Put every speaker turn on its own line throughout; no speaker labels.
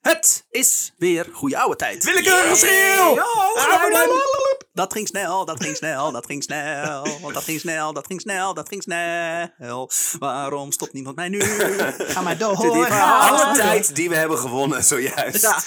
Het is weer goede oude tijd. Willekeurig geschreeuw! Dat ging snel, dat ging snel, dat ging snel. Want dat ging snel, dat ging snel, dat ging snel. Waarom stopt niemand mij nu? Ga maar
Dit
door.
is
ga maar
alle
door.
tijd die we hebben gewonnen zojuist.
Ja.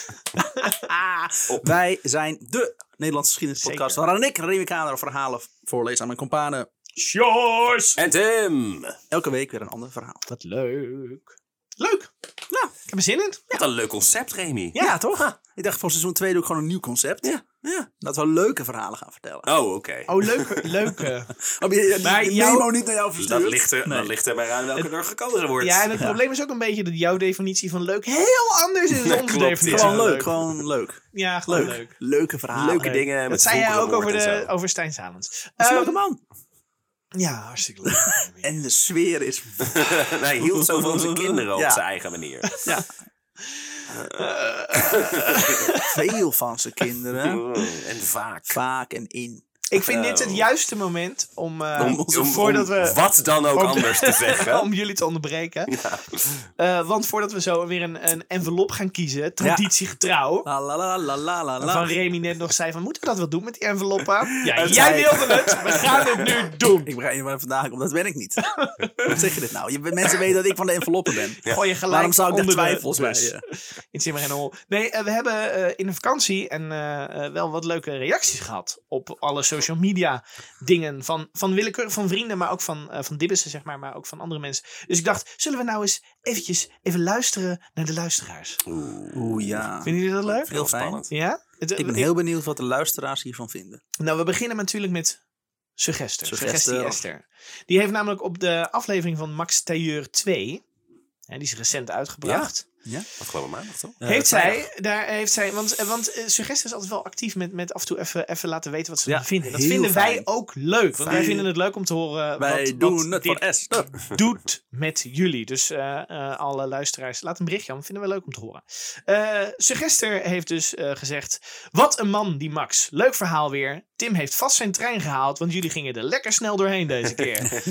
Ah, Wij zijn de Nederlandse geschiedenispodcast
Zeker.
waarin ik, Remy Kader, verhalen voorlees aan mijn kompanen.
Sjoers!
En Tim. Wat
Elke week weer een ander verhaal.
Wat leuk. Leuk. Nou, ik heb er zin in.
een leuk concept, Remy.
Ja, toch? Ik dacht voor seizoen 2 doe ik gewoon een nieuw concept. Ja. Dat we leuke verhalen gaan vertellen.
Oh, oké.
Oh, leuk. leuk. eh.
Heb je die-
Maar
die
jou-
memo niet naar jou verstuurd?
Dus dat, ligt er, dat ligt er maar aan welke er gekozen wordt.
Ja, en het probleem is ook een beetje dat jouw definitie van leuk heel anders is dan
Dat
onze
klopt,
definitie.
ja.
van
Gewoon leuk, gewoon leuk.
Ja, gewoon
Leuk.
leuk.
Leuke verhalen.
Ah, Leuke
leuk.
dingen.
Dat
met
zei jij
volkeren
ook over,
woord en
de,
zo.
over Stijn Salens.
Dat is een
Ehm,
leuke man.
ja, hartstikke leuk.
En de sfeer is...
Oh.
Hij hield zo van zijn kinderen op
Ja.
zijn eigen manier.
Ja. Veel van zijn kinderen.
Mm, En vaak.
Vaak en in.
ik vind dit het juiste moment om, eh,
Oh. Om, om- om
voordat we...
wat dan ook
om-
anders te zeggen.
om jullie te onderbreken. Eh, want voordat we zo weer een, een envelop gaan kiezen, traditiegetrouw.
La la la la la la la.
Waarvan Remy net nog zei van, moeten we dat wel doen met die enveloppen? Ja,
En
jij
zei-
wilde het, we gaan het nu doen.
Ik begrijp niet waar vandaag komt, dat ben ik niet. Wat zeg je dit nou? Je, mensen weten dat ik van de enveloppen ben.
Gooi je gelijk
Waarom zou ik daar
onder de
twijfels bij?
bus. In zin maar geen hol. Nee, eh, we hebben eh, in de vakantie en, eh, eh, wel wat leuke reacties gehad op alle social media dingen. Van, van willekeurig van vrienden, maar ook van, eh van dibbissen, zeg maar, maar ook van andere mensen. Dus ik dacht, zullen we nou eens eventjes even luisteren naar de luisteraars?
Nou, Oeh ja.
Vinden jullie dat leuk?
Heel fijn.
spannend.
Ja? Het-
Ik ben
ik-
heel benieuwd wat de luisteraars hiervan vinden.
Nou, we beginnen natuurlijk met Suggester.
Suggester.
Suggestie Esther. Die heeft namelijk op de aflevering van Max Tailleur 2, hè, die is recent uitgebracht,
Afgelopen maandag toch?
Eh,
heeft,
vrijdag.
zij, daar heeft zij, want, eh, want eh, Suggester is altijd wel actief met, met af en toe even, even laten weten wat ze
Ja,
ervan vinden. Dat
heel
vinden wij
fijn.
ook leuk, want wij
Fijn.
vinden het leuk om te horen
Wij
wat,
doen
wat
het voor
dit Oh.
Esther.
doet met jullie. Dus eh, eh, alle luisteraars, laat een berichtje aan. Vinden we leuk om te horen. Eh, Suggester heeft dus eh, gezegd... Wat een man, die Max. Leuk verhaal weer. Tim heeft vast zijn trein gehaald... want jullie gingen er lekker snel doorheen deze keer.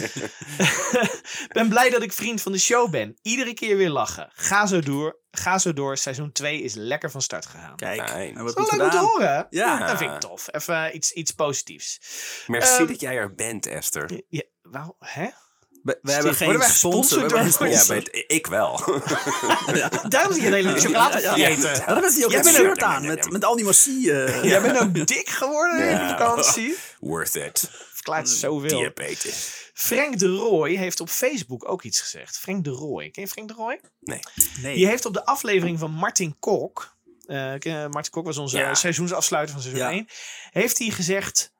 ben blij dat ik vriend van de show ben. Iedere keer weer lachen. Ga zo door. Ga zo door. Seizoen 2 is lekker van start gegaan.
Kijk,
Fijn.
hebben we het
Wel
goed
leuk om te
gedaan.
horen.
Ja.
dat vind ik tof. Even eh, iets, iets positiefs.
Merci
Ehm,
dat jij er bent, Esther.
Ja, waarom? Hè?
We, we hebben geen
Worden wij
sponsor.
gesponsord
We hebben
door-
geen
Ja,
sponsor.
maar het- ik wel.
Daarom zit je de hele tijd chocolade
Ja,
te
ja,
ja.
eten.
Ja, dan is hij ook
Jij
een
bent een-
shirt aan met, met al die massie. eh,
Jij bent ook dik geworden in de
Ja.
vakantie.
Worth it.
Verklaart zoveel.
Diabetes.
Frank de Rooij heeft op Facebook ook iets gezegd. Frank de Rooij. Ken je Frank de Rooij?
Nee.
Die heeft op de aflevering van Martin Kok... eh, ken je- Martin Kok was onze
Ja.
seizoensafsluiter van seizoen
Ja.
1. Heeft hij gezegd...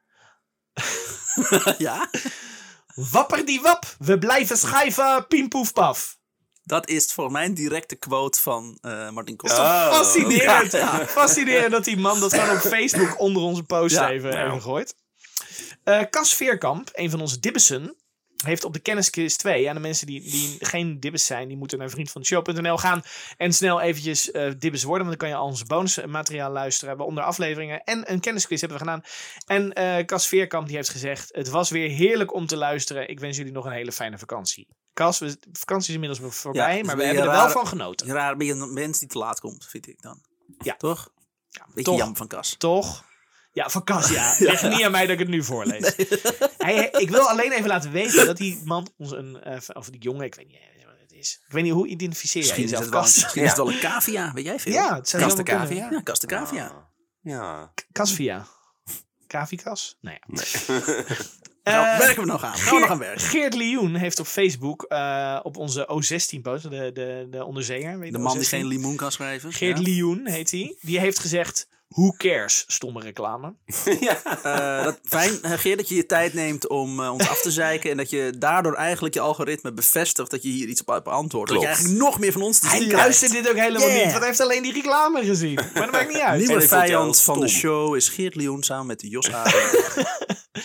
Ja,
Wapper die wap, we blijven schrijven, piempoefpaf.
dat is voor mij een directe quote van eh, Martin Kool.
Dat is toch
Oh,
fascinerend.
ja, ja.
Fascinerend dat die man dat gewoon op Facebook onder onze post
Ja,
even,
nou.
even gooit. Eh, Cas Veerkamp, een van onze dibbissen, heeft op de kennisquiz 2... aan de mensen die, die geen dibbes zijn, die moeten naar vriendvandeshow.nl gaan... en snel eventjes eh dibbes worden, want dan kan je al onze bonusmateriaal luisteren. We hebben onder afleveringen en een kennisquiz hebben we gedaan. En eh Cas Veerkamp die heeft gezegd... het was weer heerlijk om te luisteren. Ik wens jullie nog een hele fijne vakantie. Cas, we- de vakantie is inmiddels voorbij,
Ja, dus
maar we
weer
hebben er wel
rare-
van genoten.
Raar ben je een mens die te laat komt, vind ik dan.
Ja.
Toch? Beetje
toch.
jam van Kas.
Toch? Ja, van Cas, ja. Leg niet aan mij dat ik het nu voorlees. Hij, ik wil alleen even laten weten dat die man ons een... eh, of die jongen, ik weet niet eh, wat het is. Ik weet niet, hoe identificeer jij
Misschien is het
jezelf,
wel,
Cas?
misschien is het wel een cavia, weet jij veel?
Ja, het zou
Kas
zomaar
de
kunnen.
cavia?
ja Kas de cavia.
Ah, Ja.
Casvia. Kavikas? Nou ja.
nou,
Eh,
werken we nog aan. Gaan we nog aan werken.
Geert Lioen heeft op Facebook, eh, op onze O16-post, de, de, de onderzeeër. Weet je,
De man die
O16?
geen limoen kan schrijven.
Geert
ja.
Lioen heet hij. Die heeft gezegd, who cares, stomme reclame.
Eh, dat, fijn, eh, Geert, dat je je tijd neemt om eh, ons af te zeiken. En dat je daardoor eigenlijk je algoritme bevestigt dat je hier iets op op antwoordt. Dat je
Klopt.
eigenlijk nog meer van ons te zien
Hij
krijgt.
luistert dit ook helemaal
Yeah.
niet, want hij heeft alleen die reclame gezien. Maar dat maakt niet uit.
Nieuwe
En ik vond jou
vijand van de
stom.
show is Geert Lioen samen met Jos Haring.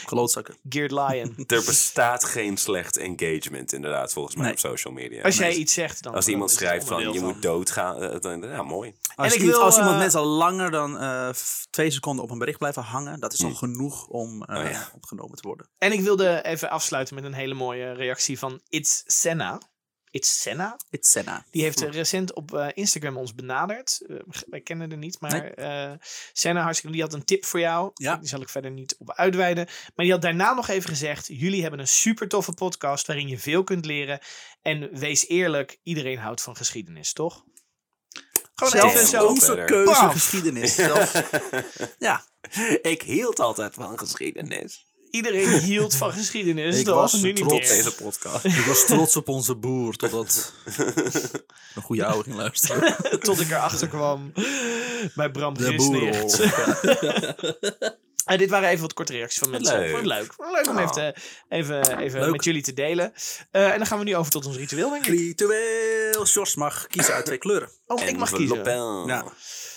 Geloodzakken.
Geared Lion.
Er bestaat geen slecht engagement, inderdaad, volgens mij
Nee.
op social media.
Als jij
Mensen-
iets zegt, dan.
als
dan
iemand
is het
schrijft van
onderdeel
je moet doodgaan, eh, dan, ja, mooi.
Als,
ik
iets-
wil,
als iemand
eh,
mensen al langer dan eh, f- twee seconden op een bericht blijven hangen, dat is al genoeg om eh,
Oh ja.
opgenomen te worden.
En ik wilde even afsluiten met een hele mooie reactie van It's Senna. It's Senna.
It's Senna.
Die heeft eh, recent op eh, Instagram ons benaderd. Eh, wij kennen haar niet, maar
Nee.
eh Senna, hartstikke, die had een tip voor jou.
Ja.
Die zal ik verder niet op uitweiden. Maar die had daarna nog even gezegd: Jullie hebben een super toffe podcast waarin je veel kunt leren. En wees eerlijk, iedereen houdt van geschiedenis, toch? Gewoon
Zelfs
even
en
zo.
onze
verder.
keuze
Paf.
geschiedenis. Zelfs, ja,
Ik hield altijd van geschiedenis.
Iedereen hield van geschiedenis.
Ik
dat
was
was nu niet
trots.
meer.
Deze podcast.
ik was trots op onze boer totdat een goede oude ging luisteren.
Tot ik erachter kwam bij Bram
De
Grisnecht.
boerel.
Eh, dit waren even wat korte reacties van mensen.
Leuk.
Vond ik leuk. Vond ik leuk om
Ah.
even, te- even, even
Leuk.
met jullie te delen. Eh, en dan gaan we nu over tot ons ritueel, denk ik.
Ritueel. Sjors mag kiezen uit twee kleuren.
Oh, ik mag kiezen.
Ja.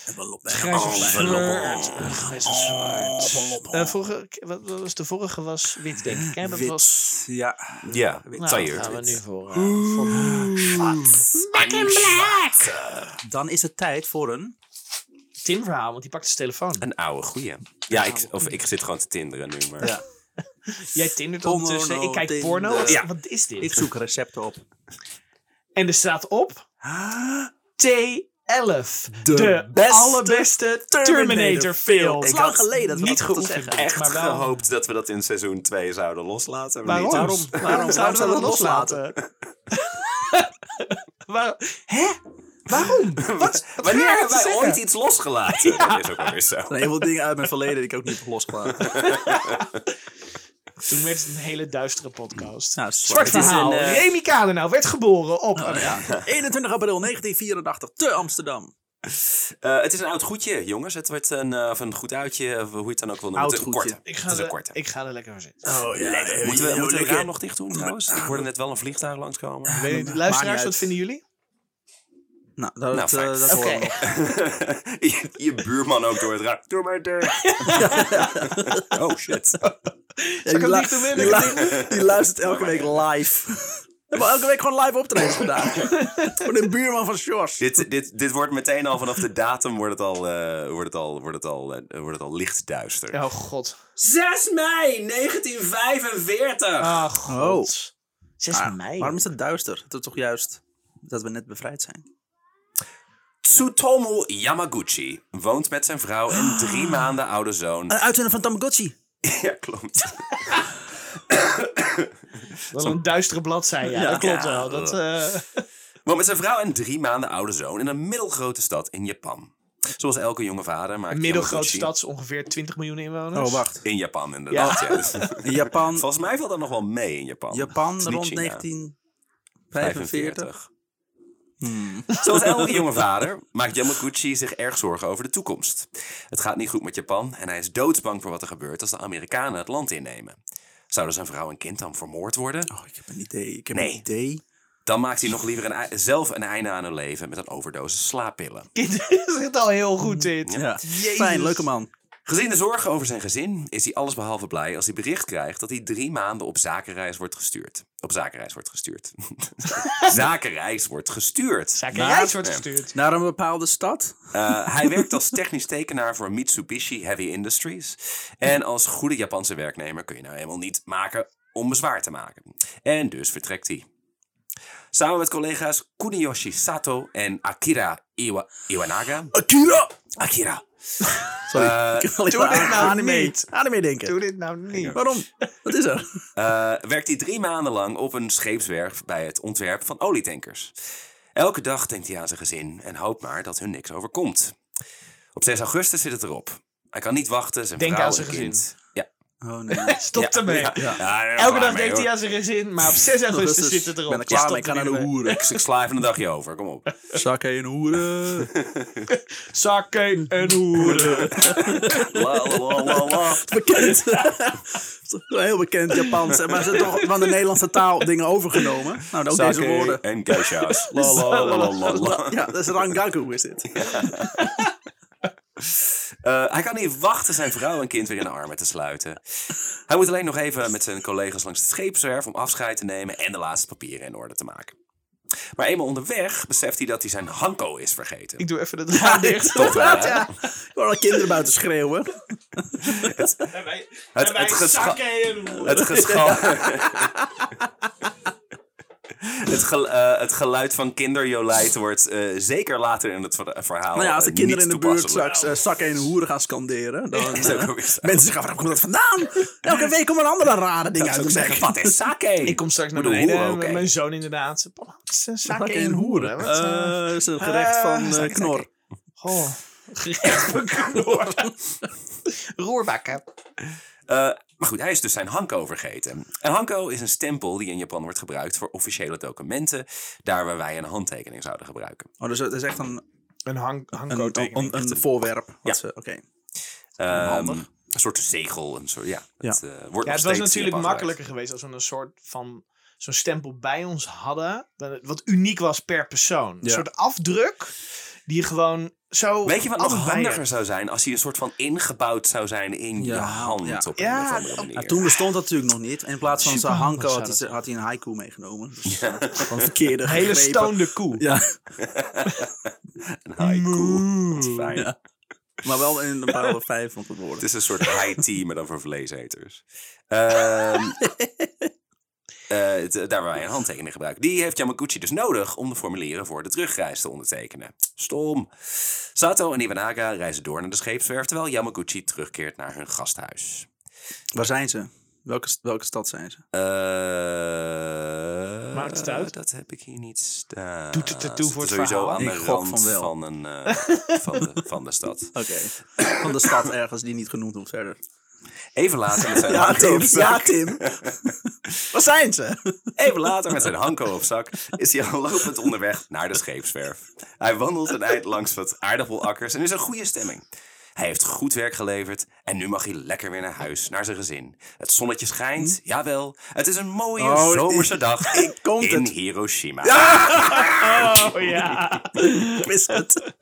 Enveloppen.
Grijs of
Oh,
zwart.
enveloppen.
Grijs of zwart. Eh, vorige, wat wat was de vorige? Was wit, denk ik. Hè? Dat
Wit.
was...
Ja.
Ja,
Nou,
tired.
gaan we nu voor... eh, voor-
Dan is het tijd voor een...
Tim verhaal, want die pakt zijn telefoon.
Een oude goeie. Ja, ik, of ik zit gewoon te tinderen nu, maar...
Ja.
Jij tindert
Porno,
ondertussen. Ik kijk
Tinder.
porno. Wat is-
Ja.
Wat is dit?
Ik zoek recepten op.
En er staat op... T11. De,
beste
allerbeste Terminator film.
Ik had geleden dat we
niet
dat moeten
geoefend,
zeggen.
Echt
maar wel.
gehoopt dat we dat in seizoen 2 zouden loslaten. maar
Waarom?
niet.
Waarom? Waarom zouden we dat loslaten?
Waar- Hè? Waarom? Wat?
Wanneer hebben wij
zeggen?
ooit iets losgelaten? Dat is ook alweer zo.
Een heleboel dingen uit mijn verleden die ik ook niet heb losgelaten.
Toen werd het een hele duistere podcast.
Nou,
Zwart
Het is
verhaal.
een, eh,
Remy Kadenau werd geboren op...
Oh, ja. 21 april 1984 te Amsterdam.
Eh, het is een oud goedje, jongens. Het wordt een, eh, of een goed uitje, of hoe je het dan ook wil noemen.
Oud
Het is een
goedje.
korte.
Ik
het
ga,
is een
er,
korte.
ik ga er lekker voor zitten.
Oh ja.
Moeten we, moeten we het raam nog dicht doen trouwens? Er hoorde net wel een vliegtuig langskomen.
Weet je, de
Maakt
luisteraars,
niet
wat
uit.
vinden jullie?
Nou, dat,
Nou,
eh,
fijn.
dat horen we nog.
je, je buurman ook door het raam. Doe maar dicht. oh shit.
Ja, die,
ik hem
lu-
dicht doen, Willem?
die lu- die luistert elke week live. We hebben elke week gewoon live optredens gedaan. Voor de buurman van Sjors.
Dit, dit, dit wordt meteen al vanaf de datum wordt het al, eh, wordt het al, wordt het al, eh, wordt het al licht duister.
Oh god.
6 mei 1945.
Oh god. 6
Ah,
mei.
Waarom is het duister? Dat is toch juist dat we net bevrijd zijn?
Tsutomu Yamaguchi woont met zijn vrouw en drie maanden oude zoon.
Een Eh, uitzending van Tamagotchi.
Ja, klopt.
Wel een duistere bladzijde. Ja,
Ja.
dat klopt
Ja.
wel. Dat, eh,
Woont met zijn vrouw en drie maanden oude zoon in een middelgrote stad in Japan. Zoals elke jonge vader maakt
een middelgrote
Yamaguchi-
stad, is ongeveer 20 miljoen inwoners.
In Japan, inderdaad. Ja.
In Oh, Japan,
Volgens mij valt dat nog wel mee in Japan. Het
Japan
is niet
rond
China.
1945.
Zoals elke jonge vader maakt Yamaguchi zich erg zorgen over de toekomst. Het gaat niet goed met Japan en hij is doodsbang voor wat er gebeurt als de Amerikanen het land innemen. Zouden zijn vrouw en kind dan vermoord worden?
Oh, ik heb een idee. Ik heb
Nee.
een idee.
Dan maakt hij nog liever een, ei- zelf een einde aan hun leven met een overdosis slaappillen.
Dit is echt al heel goed dit.
Mm, Ja. Fijn, leuke man.
Gezien de zorgen over zijn gezin is hij allesbehalve blij als hij bericht krijgt dat hij drie maanden op zakenreis wordt gestuurd. Op zakenreis wordt gestuurd. zakenreis wordt gestuurd.
Zaken reis wordt gestuurd.
Naar een bepaalde stad.
Eh, hij werkt als technisch tekenaar voor Mitsubishi Heavy Industries. En als goede Japanse werknemer kun je nou helemaal niet maken om bezwaar te maken. En dus vertrekt hij. Samen met collega's Kuniyoshi Sato en Akira Iwa- Iwanaga.
Akira!
Akira. Eh,
Sorry, ik kan alleen maar
dit
aan
nou
anime,
niet.
anime denken.
Doe dit nou niet.
Waarom? Wat is er?
eh, werkt hij drie maanden lang op een scheepswerf bij het ontwerp van olietankers. Elke dag denkt hij aan zijn gezin en hoopt maar dat hun niks overkomt. Op 6 augustus zit het erop. Hij kan niet wachten, zijn
Denk
vrouw
aan zijn
en kind.
gezin.
Ja,
Oh nee.
Stop ermee. Elke dag denkt hij aan zijn gezin, maar op 6 augustus zit het erop.
ben er klaar
Stop
mee. Ik ga naar
er
de
nu mee.
hoeren.
Ik, ik sla even een dagje over, kom op.
Zakken en hoeren.
Zakken en hoeren.
La, la, la, la, la.
bekend. Heel bekend Japans. hè, Maar ze hebben toch van de Nederlandse taal dingen overgenomen. Nou, ook deze
Sake
woorden.
En geisha's. La, la, la, la, la, la.
Ja, dat is Rangaku is dit.
Eh, hij kan niet wachten zijn vrouw en kind weer in de armen te sluiten. Hij moet alleen nog even met zijn collega's langs het scheepswerf om afscheid te nemen en de laatste papieren in orde te maken. Maar eenmaal onderweg beseft hij dat hij zijn Hanko is vergeten.
Ik doe even dat raam dicht.
Toch wel, hè?
Ik hoor al kinderen buiten schreeuwen.
Het, het, gescha-
en hoeren.
het geschal. het, gel- eh, het geluid van kinderjolijt wordt eh, zeker later in het ver- verhaal.
Nou ja, als de
eh,
kinderen in
niet
de buurt
toepasselijk.
straks eh, zakken en hoeren gaan scanderen, dan
Is ook
eh,
wel weer zo.
mensen gaan waar komt dat vandaan? Elke week komt een andere rare ding
Ik
uit
zou
de
zeggen,
zeggen.
wat is sake?
Ik kom straks naar
Moet een
beneden.
hoer
en
eh,
ook, hè?
Mijn zoon inderdaad. Zaken
en
en hoeren. Wat, eh,
Eh, is een gerecht van eh,
zakken,
knor.
goh. Gerecht van knor. Roerbakken.
Eh, maar goed, hij is dus zijn hanko vergeten. Een hanko is een stempel die in Japan wordt gebruikt voor officiële documenten, daar waar wij een handtekening zouden gebruiken.
Oh, dus het is echt een,
Een hang,
een,
hangco
een, een, voorwerp. wat
Ja.
ze- Oké.
Ehm,
Handig.
Een soort zegel. Een soort, ja,
Ja.
Het, eh, wordt nog
Ja, het was
steeds in
natuurlijk
Japan
makkelijker geweest als we een soort van zo'n stempel bij ons hadden. dan het- Wat uniek was per persoon. Een
Ja.
soort afdruk die je gewoon zo.
Oh,
gebruikt. Weet je wat nog
altijd bij je
handiger
hebt.
zou zijn? Als hij een soort van ingebouwd zou zijn in
Ja,
je hand
ja.
op
Ja,
een of andere
dat-
manier.
Ja, toen bestond dat natuurlijk nog niet. In plaats van zijn
Super
hanko
handig
had
zou
hij, had hij een haiku meegenomen. Dus ja. Van verkeerde
Een hele
gegrepen.
stoonde koe.
Ja,
Een haiku. Wat fijn.
Ja. maar wel in een bepaalde vijf van het
Het
woord.
is een soort high tea, maar dan voor vleeseters. Ehm, eh, d- daar waar wij een handtekening gebruiken. Die heeft Yamaguchi dus nodig om de formulieren voor de terugreis te ondertekenen. Stom. Sato en Iwanaga reizen door naar de scheepswerf, terwijl Yamaguchi terugkeert naar hun gasthuis.
Waar zijn ze? Welke, welke stad zijn ze?
Eh,
Maakt het uit?
Dat heb ik hier niet staan.
Doet het ertoe voor het
Sowieso
verhaal?
aan de
Ik gok
rand
van wel.
van, een, eh, van, de, van de stad.
Oké. Van de stad ergens die niet genoemd wordt verder.
Even later met zijn
Ja,
hand
Tim.
op
Ja,
zak.
Tim. Waar zijn ze?
Even later, met zijn hanko op zak, is hij al lopend onderweg naar de scheepswerf. Hij wandelt een eind langs wat aardappelakkers en is een goede stemming. Hij heeft goed werk geleverd en nu mag hij lekker weer naar huis, naar zijn gezin. Het zonnetje schijnt, jawel. Het is een mooie
Hm? Oh,
zomerse
ik-
dag
ik komt
in
het.
Hiroshima.
Oh ja.
Ik wist het.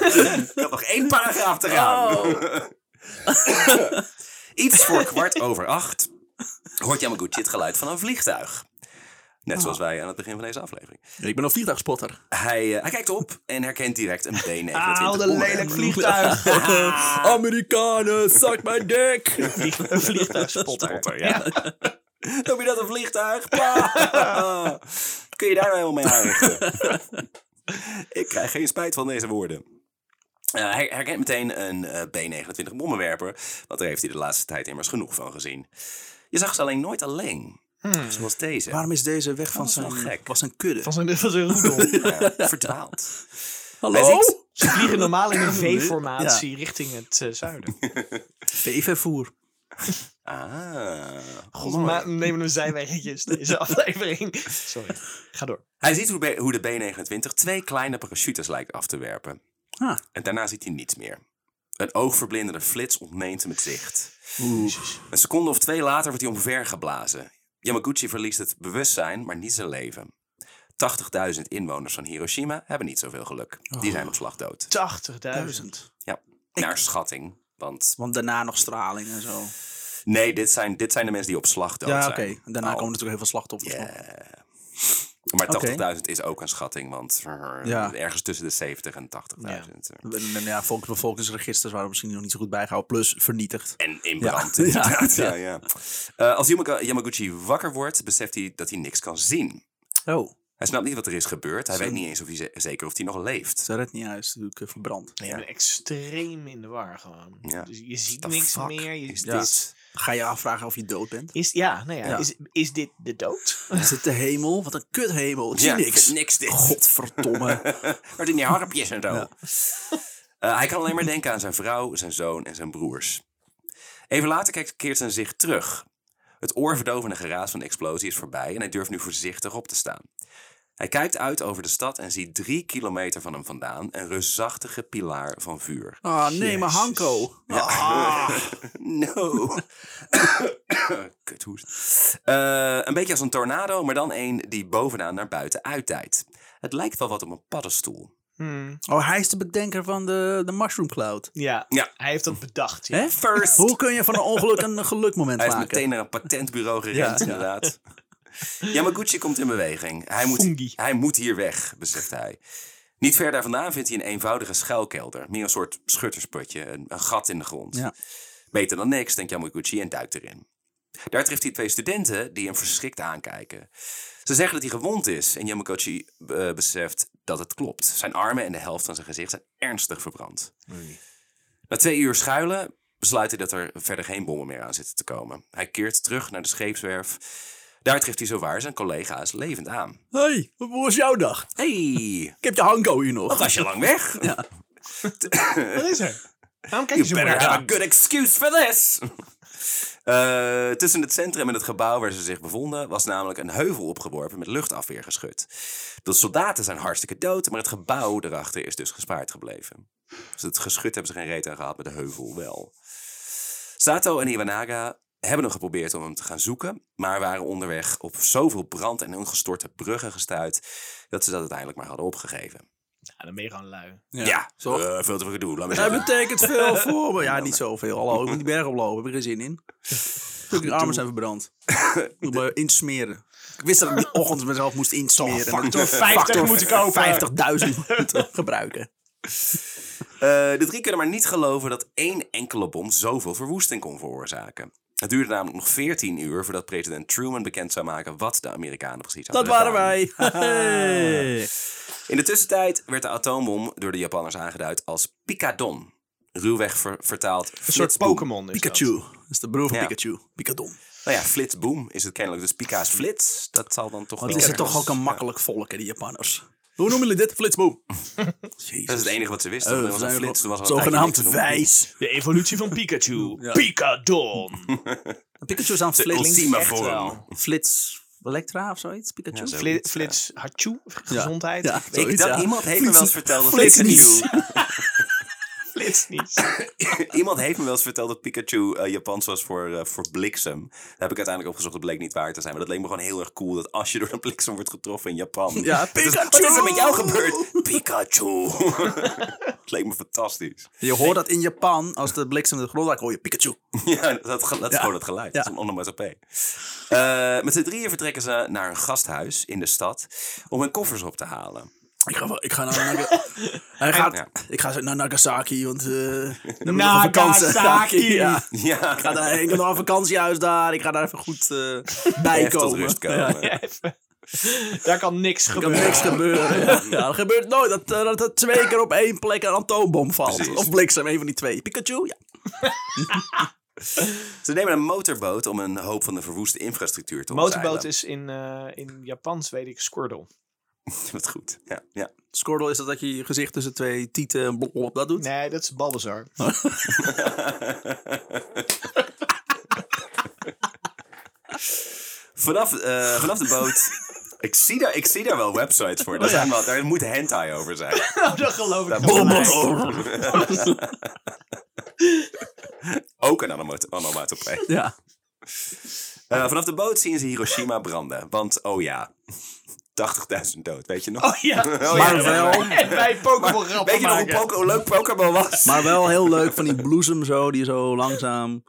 Ik had nog één paragraaf te gaan.
Oh.
Iets voor kwart over acht hoort Yamaguchi het geluid van een vliegtuig. Net
Oh.
zoals wij aan het begin van deze aflevering.
Ik ben een vliegtuigspotter.
Hij, eh, hij kijkt op en herkent direct een B-29.
Ah, wat een
onderwerp.
lelijk vliegtuig.
Amerikanen, zak mijn dik.
Vlieg- Een vliegtuigspotter.
Spotter, ja. Noem je dat een vliegtuig? Pa! Kun je daar nou helemaal mee aanrichten? Ik krijg geen spijt van deze woorden. Eh, hij herkent meteen een eh, B-29 bommenwerper, want daar heeft hij de laatste tijd immers genoeg van gezien. Je zag ze alleen nooit alleen,
Hmm.
zoals deze.
Waarom is deze weg van
Dat is wel
zijn...
gek.
Was een kudde.
Van zo'n van zo'n roedel.
Ja, verdwaald.
Hallo?
Hij ziet-
Ze vliegen normaal in een V-formatie richting het eh, zuiden.
Veevervoer.
Ah.
God, maar nemen we zijweggetjes deze aflevering. Sorry. Ga door.
Hij ziet hoe, B- hoe de B-29 twee kleine parachutes lijkt af te werpen.
Ah.
En daarna ziet hij niets meer. Een oogverblindende flits ontneemt hem het zicht. Een seconde of twee later wordt hij omver geblazen. Yamaguchi verliest het bewustzijn, maar niet zijn leven. 80.000 inwoners van Hiroshima hebben niet zoveel geluk. Die
Oh.
zijn op slag dood.
80.000.
Duizend.
Ja, naar schatting. Want
Want daarna nog straling en zo.
nee, dit zijn, dit zijn de mensen die op slag dood
Ja,
zijn.
oké. Nou. En Daarna
Al.
komen natuurlijk heel veel slachtoffers. nog.
Maar
Oké.
80.000 is ook een schatting, want eh,
Ja.
ergens tussen de 70 en 80.000. eh.
En, en ja, volgens bevolkingsregisters waren misschien nog niet zo goed bijgehouden. Plus vernietigd.
En in brand,
Ja.
inderdaad.
Ja.
Ja. Ja, Eh, als Yamaka- Yamaguchi wakker wordt, beseft hij dat hij niks kan zien.
Oh,
Hij snapt niet wat er is gebeurd. Hij
Zo.
weet niet eens of hij ze- zeker of hij nog leeft.
ze redt niet uit. is natuurlijk eh, verbrand.
Ik ben extreem in de war gewoon.
Ja.
Dus je ziet
The
niks
fuck
meer. Je,
is
is,
dit?
Ga je afvragen of je dood bent?
is, ja, nou ja,
Ja.
Is, is dit de dood?
Is dit de hemel? Wat een kut hemel. Ik zie
Ja,
niks.
niks dit.
Godverdomme.
Waar in die harpjes en zo. Eh, hij kan alleen maar denken aan zijn vrouw, zijn zoon en zijn broers. Even later kijkt- keert zijn zicht terug. Het oorverdovende geraas van de explosie is voorbij en hij durft nu voorzichtig op te staan. Hij kijkt uit over de stad en ziet drie kilometer van hem vandaan een reusachtige pilaar van vuur.
Ah, nee, maar Hanko. Ah.
No. Kuthoest. Eh, een beetje als een tornado, maar dan een die bovenaan naar buiten uitdijt. Het lijkt wel wat op een paddenstoel.
Hmm.
Oh, hij is de bedenker van de, de Mushroom Cloud.
Ja.
Ja.
hij heeft dat bedacht. Ja.
Hè?
First.
Hoe kun je van een ongeluk een gelukmoment
Hij is
maken?
meteen naar een patentbureau gerend,
Ja.
inderdaad. Yamaguchi komt in beweging. Hij moet,
Fungi.
hij moet hier weg, beseft hij. Niet ver daar vandaan vindt hij een eenvoudige schuilkelder. Meer een soort schuttersputje, een, een gat in de grond.
Ja.
Beter dan niks, denkt Yamaguchi en duikt erin. Daar treft hij twee studenten die hem verschrikt aankijken. Ze zeggen dat hij gewond is en Yamaguchi eh, beseft dat het klopt. Zijn armen en de helft van zijn gezicht zijn ernstig verbrand. Na twee uur schuilen besluit hij dat er verder geen bommen meer aan zitten te komen. Hij keert terug naar de scheepswerf. Daar treft hij zowaar zijn collega's levend aan.
hey, hoe was jouw dag?
hey,
Ik heb de Hanko hier nog.
wat Oh, was je lang weg?
Wat is er? Waarom kijk
You
je
better
zo moeilijk
have a
aan?
good excuse for this. Eh, tussen het centrum en het gebouw waar ze zich bevonden was namelijk een heuvel opgeworpen met luchtafweer geschud. De soldaten zijn hartstikke dood, maar het gebouw erachter is dus gespaard gebleven. Dus het geschut hebben ze geen reet aan gehad, maar de heuvel wel. Sato en Iwanaga hebben nog geprobeerd om hem te gaan zoeken, maar waren onderweg op zoveel brand en ingestorte bruggen gestuurd dat ze dat uiteindelijk maar hadden opgegeven.
Ja, dan ben je gewoon lui.
Ja,
toch?
eh, veel te veel gedoe. Laat me
Hij
zeggen.
betekent veel voor me. Ja, niet zoveel. Hallo, ik moet die berg oplopen. Heb ik er geen zin in. Mijn armen zijn verbrand. Ik moet me insmeren. Ik wist dat ik die ochtend mezelf moest insmeren.
factor 50 moet ik kopen.
50.000 moeten gebruiken.
Eh, de drie kunnen maar niet geloven dat één enkele bom zoveel verwoesting kon veroorzaken. Het duurde namelijk nog 14 uur voordat president Truman bekend zou maken wat de Amerikanen precies
Dat
hadden
waren
gedaan.
wij. Hey.
In de tussentijd werd de atoombom door de Japanners aangeduid als Picadon. Ruwweg ver- vertaald
Een soort Pokémon is dat.
Pikachu. Dat is de broer van
Ja.
Pikachu. Picadon.
Nou ja, flitsboom is het kennelijk. Dus Pika's flits, dat zal dan
Want
toch wel
die zijn
ergens-
toch ook een makkelijk volk, hè, die Japanners. Hoe noemen jullie dit? Flitsboom. Jezus.
Dat is het enige wat ze wisten.
Eh,
Er
we
was een
zijn
flits, er was al een
zogenaamd
tijdje niks te doen.
wijs.
De evolutie van Pikachu.
Ja.
Picadon.
Pikachu is aan
De
flits.
ultieme
echt
vorm.
wel.
Flits Electra of zoiets? Pikachu?
Ja, zo.
Fli- Flits Hachu, gezondheid.
Ja.
Zoiets.
Ik
Zoiets,
dacht,
ja.
iemand heeft me
Flits-
wel eens verteld dat
flits
Pikachu...
niet.
Flits niet.
Iemand heeft me wel eens verteld dat Pikachu eh, Japans was voor, eh, voor bliksem. Dat heb ik uiteindelijk opgezocht, dat bleek niet waar te zijn. Maar dat leek me gewoon heel erg cool dat als je door een bliksem wordt getroffen in Japan.
Ja,
dat is-
Pikachu!
Wat is er met jou gebeurd? Pikachu! Het leek me fantastisch.
Je hoort dat in Japan, als de bliksem de grond raakt, hoor je Pikachu.
Ja, dat, ge- dat is
Ja.
gewoon het geluid. Dat is
Ja.
een onomatopee. Eh, met z'n drieën vertrekken ze naar een gasthuis in de stad om hun koffers op te halen.
Ik ga, wel- ik ga naar Naga- Hij gaat,
Ja.
ik ga zo naar Nagasaki, want eh dan moet ik nog
Nagasaki.
op vakantie. Ja.
Ja,
Ik ga daar, ik heb nog een vakantiehuis daar. Ik ga daar even goed eh bij
even tot
komen.
rust komen.
Ja, even. Daar kan niks
Er kan
gebeuren.
niks gebeuren. Ja. Ja, er gebeurt nooit dat, eh, dat er twee keer op één plek een atoombom valt.
Precies.
Of bliksem, een van die twee. Pikachu, ja.
Ze nemen een motorboot om een hoop van de verwoeste infrastructuur te
Motorboot
omzeilen.
is in, eh, in Japans, weet ik, Squirtle.
Wat goed. Ja, ja.
Squirtle is dat dat je je gezicht tussen twee tieten en blop, blop, dat doet.
Nee, dat is Balbazar.
Oh. Vanaf, eh, vanaf de boot. ik, zie daar, ik zie daar wel websites voor. Daar, zijn wel, daar moet hentai over zijn.
Nou, dat geloof ik
Daar
gewoon.
moet-
Nee.
Ook een anomat- onomatopee.
Ja.
Eh, vanaf de boot zien ze Hiroshima branden. Want, oh ja, 80.000 dood, weet je nog?
Oh ja.
Maar
dat-
wel-
En wij Pokémon
Weet
grappen
je nog hoe,
maken.
Poke- hoe leuk Pokémon was?
Maar wel heel leuk van die bloesem zo, die zo langzaam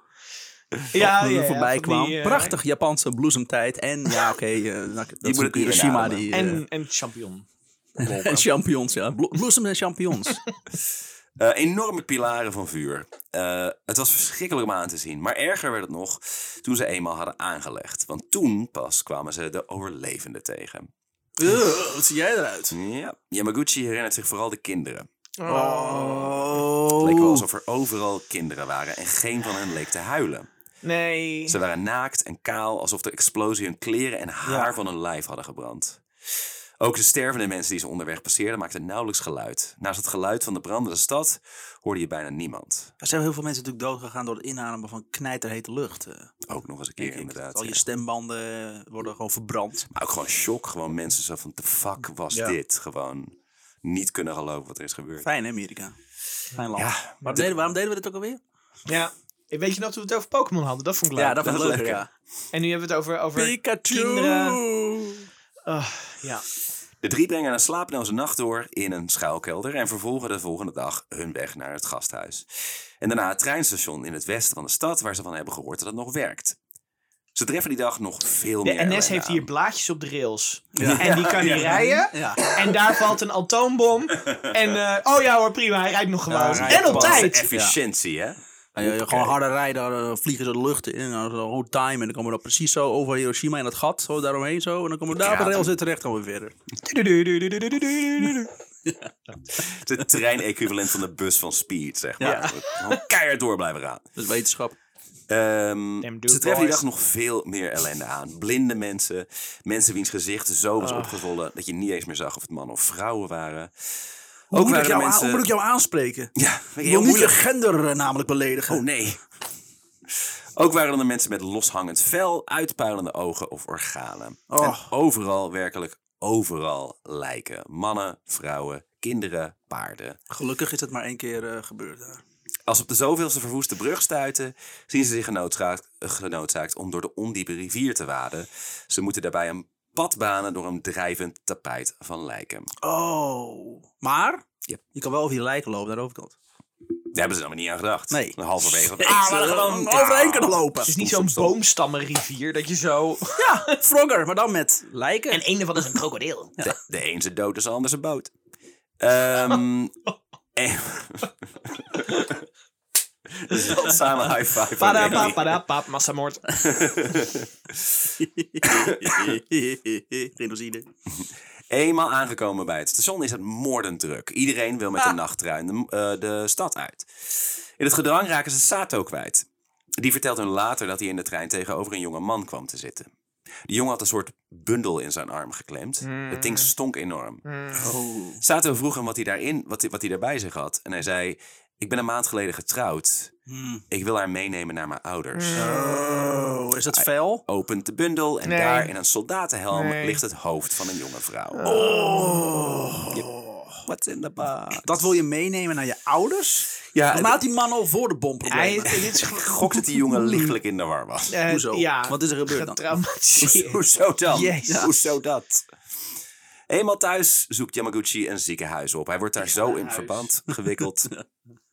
ja, ja, ja,
voorbij
van
kwam.
die, eh,
Prachtig Japanse bloesemtijd. En ja, oké, eh, nou, dat is
moet
ook
het niet
Hiroshima.
inhalen.
Die, eh,
En, en champignon.
en champignons, ja. Blo- Bloesem en champignons.
Eh, enorme pilaren van vuur. Eh, het was verschrikkelijk om aan te zien. Maar erger werd het nog toen ze eenmaal hadden aangelegd. Want toen pas kwamen ze de overlevenden tegen.
Ugh, Eh, wat zie jij eruit?
Ja, Yamaguchi herinnert zich vooral de kinderen. Het leek wel
Oh.
alsof er overal kinderen waren en geen van hen leek te huilen.
Nee.
Ze waren naakt en kaal, alsof de explosie hun kleren en haar van hun lijf hadden gebrand. Ook de stervende mensen die ze onderweg passeerden maakten nauwelijks geluid. Naast het geluid van de brandende stad hoorde je bijna niemand.
Er zijn heel veel mensen natuurlijk dood gegaan door het inademen van knijterhete lucht. eh,
Ook nog eens een
denk
keer
ik.
inderdaad.
Al je
ja.
stembanden worden gewoon verbrand.
Maar ook gewoon shock. Gewoon mensen zo van, de fuck was
Ja.
dit? Gewoon niet kunnen geloven wat er is gebeurd.
Fijn hè, Amerika. Fijn land.
Ja,
Waarom deden, waarom deden we dit ook alweer?
Ja. Weet je nog toen we het over Pokémon hadden? Dat vond ik leuk.
Ja, dat vond ik
is
leuker,
lekker.
ja.
En nu hebben we het over, over
Pikachu!
kinderen. Ah, ja.
De drie brengen een slapeloze nacht door in een schuilkelder en vervolgen de volgende dag hun weg naar het gasthuis. En daarna het treinstation in het westen van de stad waar ze van hebben gehoord dat het nog werkt. Ze treffen die dag nog veel
De
meer.
NS heeft
ellende
hier blaadjes op de rails. En die kan niet rijden.
Ja.
En daar valt een atoombom. En eh, oh ja hoor, prima. Hij rijdt nog gewoon.
hij rijdt
aan.
en op
Japanse
tijd.
Efficiëntie, hè?
En je- je gewoon harder rijden, dan eh, vliegen ze de lucht in. Nou, En dan zo goed time. En dan komen we dan precies zo over Hiroshima in dat gat. Zo daaromheen zo. En dan komen we daar op de rail zitten terecht gaan we weer verder.
Het terrein-equivalent van de bus van Speed, zeg maar.
Ja.
Gewoon keihard door blijven gaan.
Dat is wetenschap.
Ehm,
Damn dude
ze treffen die
boys.
dag nog veel meer ellende aan. Blinde mensen, mensen wiens gezicht zo
Ah.
was opgezwollen dat je niet eens meer zag of het mannen of vrouwen waren.
Hoe,
Ook
moet ik
waren
jou, aan-
mensen-
hoe moet ik jou aanspreken?
Ja, vind ik
Ik
heel
wil niet je
moeilijk.
gender eh, namelijk beledigen.
Oh nee. Ook waren er mensen met loshangend vel, uitpuilende ogen of organen. En
Oh.
overal, werkelijk overal lijken. Mannen, vrouwen, kinderen, paarden.
Gelukkig is het maar één keer eh, gebeurd daar.
Als ze op de zoveelste verwoeste brug stuiten, zien ze zich genoodzaakt, eh, genoodzaakt om door de ondiepe rivier te waden. Ze moeten daarbij een pad banen door een drijvend tapijt van lijken.
Oh. Maar?
Ja.
Je kan wel over je lijken lopen, daar de overkant.
Daar hebben ze helemaal niet aan gedacht.
Nee.
Halverwege.
Ah, maar dan
gewoon
overheen kunnen lopen.
Het is niet
Stom,
zo'n
stom, stom.
boomstammenrivier dat je zo...
Ja, Frogger, maar dan met lijken.
En een daarvan is een krokodil.
De, de een zijn dood, is de ander zijn boot. Ehm en... Dus samen high five.
Pada, pa, pada, pap, massamoord.
Genocide.
Eenmaal aangekomen bij het station is het moordend druk. Iedereen wil
Ah.
met de nachttrein de, eh, de stad uit. In het gedrang raken ze Sato kwijt. Die vertelt hun later dat hij in de trein tegenover een jonge man kwam te zitten. De jongen had een soort bundel in zijn arm geklemd.
Hmm.
Het ding stonk enorm.
Oh.
Sato vroeg hem wat hij, daarin, wat, hij, wat hij daarbij zich had. En hij zei, ik ben een maand geleden getrouwd.
Hmm.
Ik wil haar meenemen naar mijn ouders.
Oh, is dat fel?
Opent de bundel en
Hmm. Nee.
daar in een soldatenhelm
Nee. Ah.
ligt het hoofd van een jonge vrouw.
Oh.
What's in the box?
Dat wil je meenemen naar je ouders?
Ja,
Maar had die man al voor de bomproblemen?
Hij, dit is
ik gok dat die jongen lichtelijk in de war was.
Eh,
Hoezo?
Ja,
Wat is er gebeurd dan?
getraumatiseerd.
Hoezo dan?
Jezus.
Hoezo dat? Eenmaal thuis zoekt Yamaguchi een ziekenhuis op. Hij wordt daar zo in verband gewikkeld...